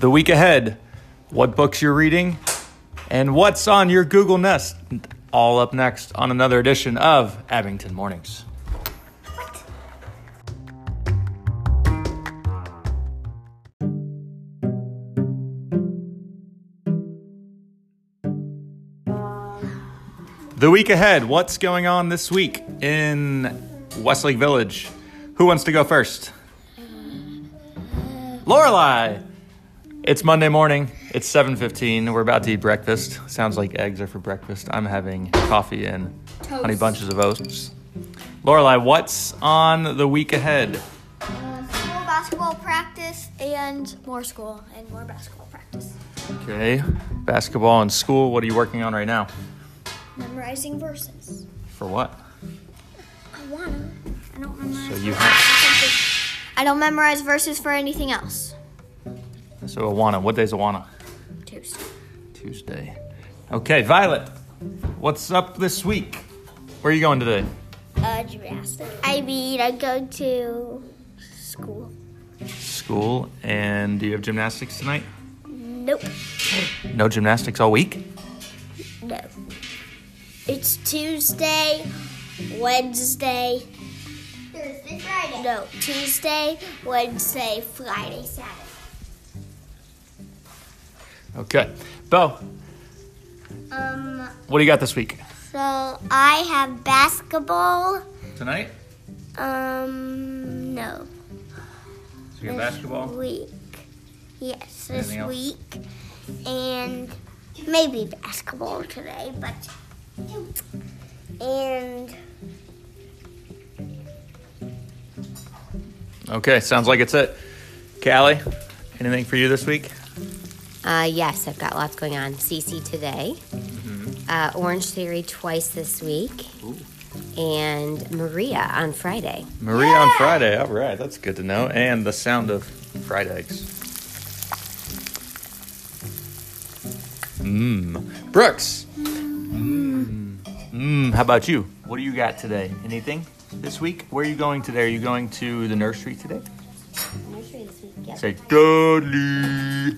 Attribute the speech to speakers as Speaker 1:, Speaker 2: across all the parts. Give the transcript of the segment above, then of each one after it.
Speaker 1: the week ahead, what books you're reading, and what's on your Google Nest. All up next on another edition of Abington Mornings. The week ahead, what's going on this week in Westlake Village? Who wants to go first? Lorelai. It's Monday morning. It's 7:15. We're about to eat breakfast. Sounds like eggs are for breakfast. I'm having coffee and honey
Speaker 2: Toast.
Speaker 1: bunches of oats. Lorelai, what's on the week ahead?
Speaker 2: More basketball practice and more school and more basketball practice.
Speaker 1: Okay. Basketball and school. What are you working on right now?
Speaker 2: Memorizing verses.
Speaker 1: For what?
Speaker 2: I wanna. I don't memorize.
Speaker 1: So you have
Speaker 2: I don't memorize verses for anything else.
Speaker 1: So Awana, what day's Awana?
Speaker 2: Tuesday.
Speaker 1: Tuesday. Okay, Violet. What's up this week? Where are you going today?
Speaker 2: Uh, gymnastics. I mean, I go to school.
Speaker 1: School and do you have gymnastics tonight?
Speaker 2: Nope.
Speaker 1: No gymnastics all week?
Speaker 2: No. It's Tuesday, Wednesday. Thursday, Friday. No, Tuesday, Wednesday, Friday, Saturday.
Speaker 1: Okay. Bo,
Speaker 2: Um.
Speaker 1: what do you got this week?
Speaker 2: So I have basketball.
Speaker 1: Tonight?
Speaker 2: Um,
Speaker 1: So
Speaker 2: no.
Speaker 1: you got
Speaker 2: This
Speaker 1: basketball?
Speaker 2: Week. Yes, this
Speaker 1: Anything else?
Speaker 2: week. And maybe basketball today, but. And
Speaker 1: Okay, sounds like it's it. Callie, anything for you this week?
Speaker 3: Uh, yes, I've got lots going on. CC today,
Speaker 1: Mm-hmm.
Speaker 3: uh, Orange Theory twice this week, and Maria on Friday.
Speaker 1: Maria on Friday. All right, that's good to know. And the sound of fried eggs. Mmm. Brooks. Mmm. How about you? What do you got today? Anything this week? Where are you going today? Are you going to the nursery today?
Speaker 3: Nursery this week, yep.
Speaker 1: Say, Dudley.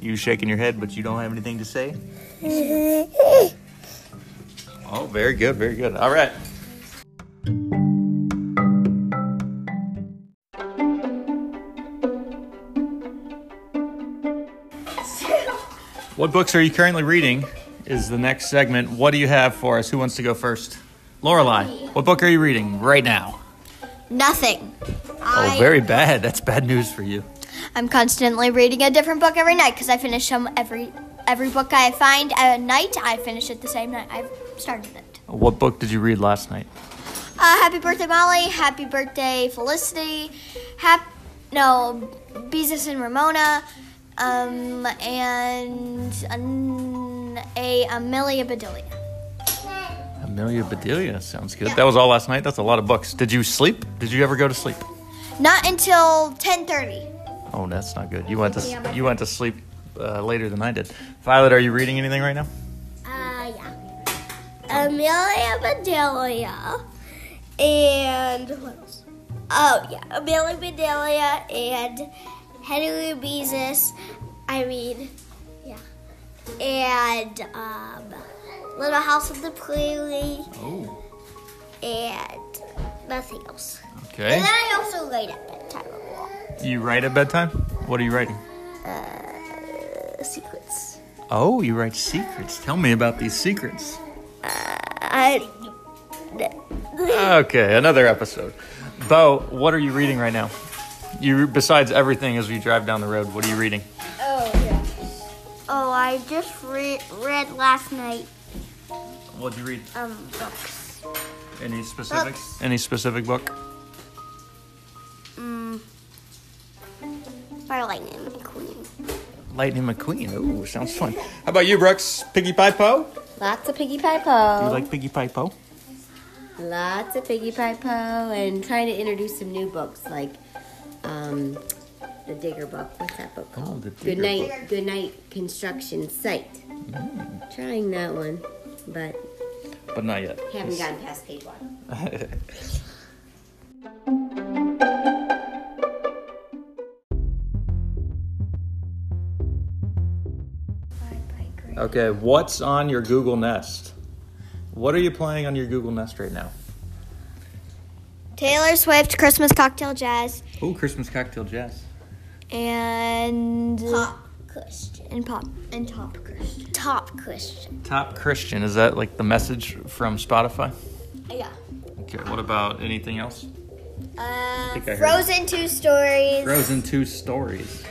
Speaker 1: You shaking your head, but you don't have anything to say? oh, very good, very good. All right. What books are you currently reading? Is the next segment. What do you have for us? Who wants to go first? Lorelai, what book are you reading right now?
Speaker 2: nothing.
Speaker 1: Oh,
Speaker 2: I,
Speaker 1: very bad. That's bad news for you.
Speaker 2: I'm constantly reading a different book every night because I finish some every every book I find at night. I finish it the same night I've started it.
Speaker 1: What book did you read last night?
Speaker 2: Uh, happy birthday, Molly. Happy birthday, Felicity. Hap- no, Beezus and Ramona. Um, and an, a Amelia Bedelia.
Speaker 1: Amelia Bedelia sounds good. That was all last night. That's a lot of books. Did you sleep? Did you ever go to sleep?
Speaker 2: Not until 10.30.
Speaker 1: Oh, that's not good. You went to you went to sleep uh, later than I did. Violet, are you reading anything right now?
Speaker 2: Uh, yeah. Amelia Bedelia. And what else? Oh, yeah. Amelia Bedelia and Henry Beezus. I mean, yeah. And um, Little House on the Prairie
Speaker 1: Oh,
Speaker 2: and nothing else.
Speaker 1: okay.
Speaker 2: And then I also write at bedtime a lot.
Speaker 1: You write at bedtime? What are you writing?
Speaker 2: Uh, secrets.
Speaker 1: Oh, you write secrets. Tell me about these secrets.
Speaker 2: Uh, I,
Speaker 1: Okay, another episode. Bo, what are you reading right now? You besides everything as we drive down the road, what are you reading?
Speaker 2: oh, yeah. Oh, I just re- read last night
Speaker 1: What'd you read?
Speaker 2: um, books.
Speaker 1: Any specific? Any specific book?
Speaker 2: Fire Lightning Queen.
Speaker 1: Lightning McQueen. Ooh, sounds fun. How about you, Brooks? Piggy Pie Poe?
Speaker 3: Lots of piggy pie po.
Speaker 1: You like Piggy Pie Poe?
Speaker 3: Lots of piggy pie po, and trying to introduce some new books like um, the Digger book. What's that book called?
Speaker 1: Oh, the
Speaker 3: Good
Speaker 1: Digger
Speaker 3: night, good night, construction site.
Speaker 1: Mm.
Speaker 3: Trying that one, but
Speaker 1: But not yet.
Speaker 3: haven't gotten past page one.
Speaker 1: Okay, what's on your Google Nest? What are you playing on your Google Nest right now?
Speaker 4: Taylor Swift, Christmas Cocktail Jazz,
Speaker 1: Oh, Christmas cocktail jazz.
Speaker 4: and
Speaker 2: Top Christian.
Speaker 4: and pop.
Speaker 2: And top Christian. Top Christian.
Speaker 1: Top Christian is that like the message from Spotify?
Speaker 2: Yeah.
Speaker 1: Okay, what about anything else?
Speaker 2: Uh,
Speaker 1: think I heard-
Speaker 2: Frozen Two Stories.
Speaker 1: Frozen Two Stories.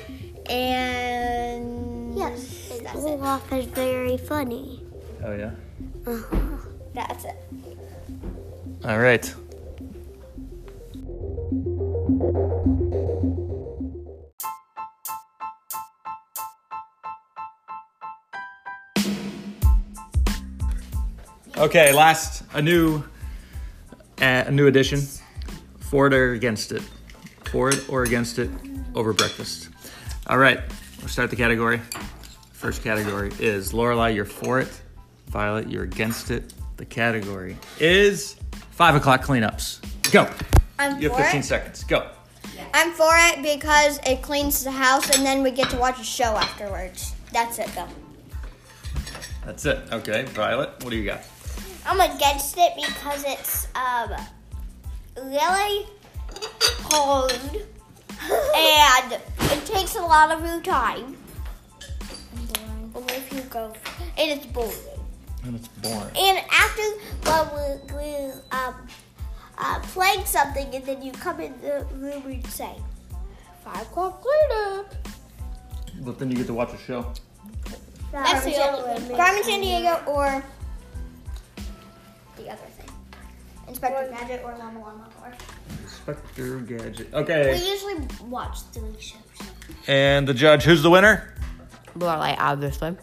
Speaker 2: And.
Speaker 4: Yes.
Speaker 2: That's it.
Speaker 4: Olaf is very funny.
Speaker 1: Oh yeah.
Speaker 2: That's it.
Speaker 1: All right. Okay, last a new uh, a new edition. For it or against it. For it or against it over breakfast. All right, we'll start the category. First category is Lorelai, you're for it. Violet, you're against it. The category is five o'clock cleanups. Go.
Speaker 2: I'm
Speaker 1: You
Speaker 2: for
Speaker 1: have 15
Speaker 2: it.
Speaker 1: seconds. Go.
Speaker 2: I'm for it because it cleans the house and then we get to watch a show afterwards. That's it though.
Speaker 1: That's it. Okay, Violet, what do you got?
Speaker 2: I'm against it because it's um really cold and it takes a lot of your time. And if you go, and it's boring.
Speaker 1: And it's boring.
Speaker 2: And after well, we, we um uh, playing something, and then you come in the room and say five o'clock later.
Speaker 1: But then you get to watch a show.
Speaker 2: That's the only one. Crime in San Diego or the other thing. Inspector Gadget or Llama Llama or.
Speaker 1: Inspector Gadget. Okay.
Speaker 2: usually watch three shows.
Speaker 1: And the judge, who's the winner?
Speaker 3: Lorelai, obviously.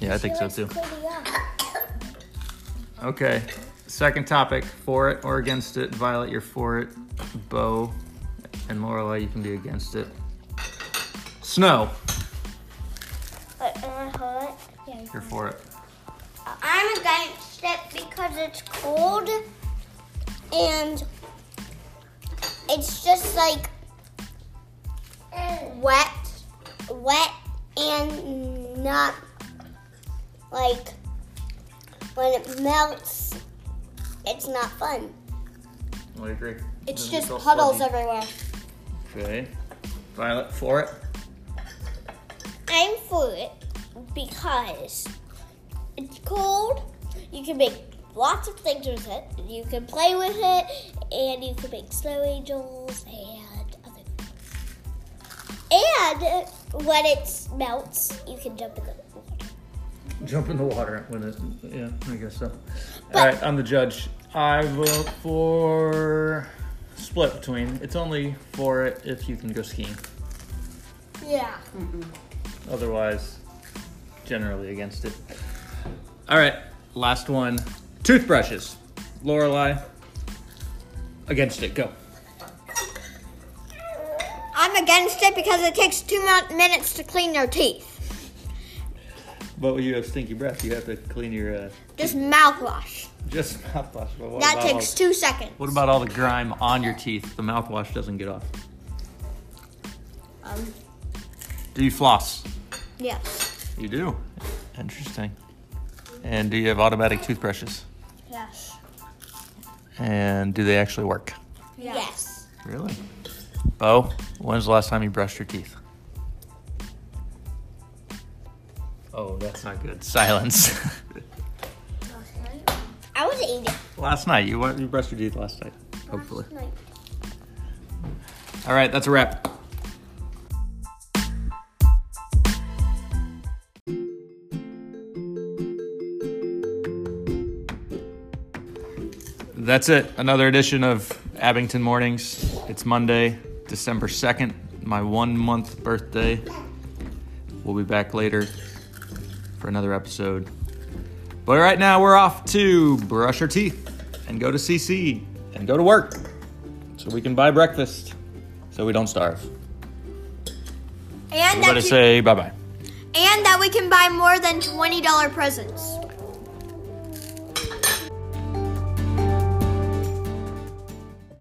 Speaker 1: Yeah, I think so too. Okay. Second topic for it or against it. Violet, you're for it. Bo and Lorelai, you can be against it. Snow, you're for it.
Speaker 2: uh, I'm against it because it's cold and it's just like wet, wet and not like when it melts, it's not fun.
Speaker 1: I agree.
Speaker 2: It's just puddles everywhere.
Speaker 1: Okay. Violet, for it.
Speaker 2: I'm for it because it's cold. You can make lots of things with it. You can play with it, and you can make snow angels and other. And when it melts, you can jump in the water.
Speaker 1: Jump in the water when it. Yeah, I guess so. All right, I'm the judge. I vote for split between. It's only for it if you can go skiing.
Speaker 2: Yeah.
Speaker 1: Otherwise, generally against it. All right, last one. Toothbrushes. Lorelai. Against it. Go.
Speaker 4: I'm against it because it takes two mon- minutes to clean your teeth.
Speaker 1: But when you have stinky breath, you have to clean your uh,
Speaker 4: Just mouthwash.
Speaker 1: just mouthwash. But what
Speaker 4: That
Speaker 1: about all-
Speaker 4: takes two seconds.
Speaker 1: What about all the grime on your teeth? The mouthwash doesn't get off. do you floss?
Speaker 4: Yes.
Speaker 1: You do. Interesting. And do you have automatic toothbrushes?
Speaker 4: Yes.
Speaker 1: And do they actually work?
Speaker 2: Yes.
Speaker 1: Really? Bo, when's the last time you brushed your teeth? Oh, that's not good. Silence.
Speaker 2: I was eating.
Speaker 1: last night. You, wa- you brushed your teeth last night, hopefully. All right, that's a wrap. That's it. Another edition of Abington Mornings. It's Monday, December 2nd, my one month birthday. We'll be back later for another episode. But right now, we're off to brush our teeth and go to CC and go to work so we can buy breakfast so we don't starve.
Speaker 4: And
Speaker 1: Everybody
Speaker 4: that, you-
Speaker 1: say bye bye.
Speaker 4: and that we can buy more than $20 presents.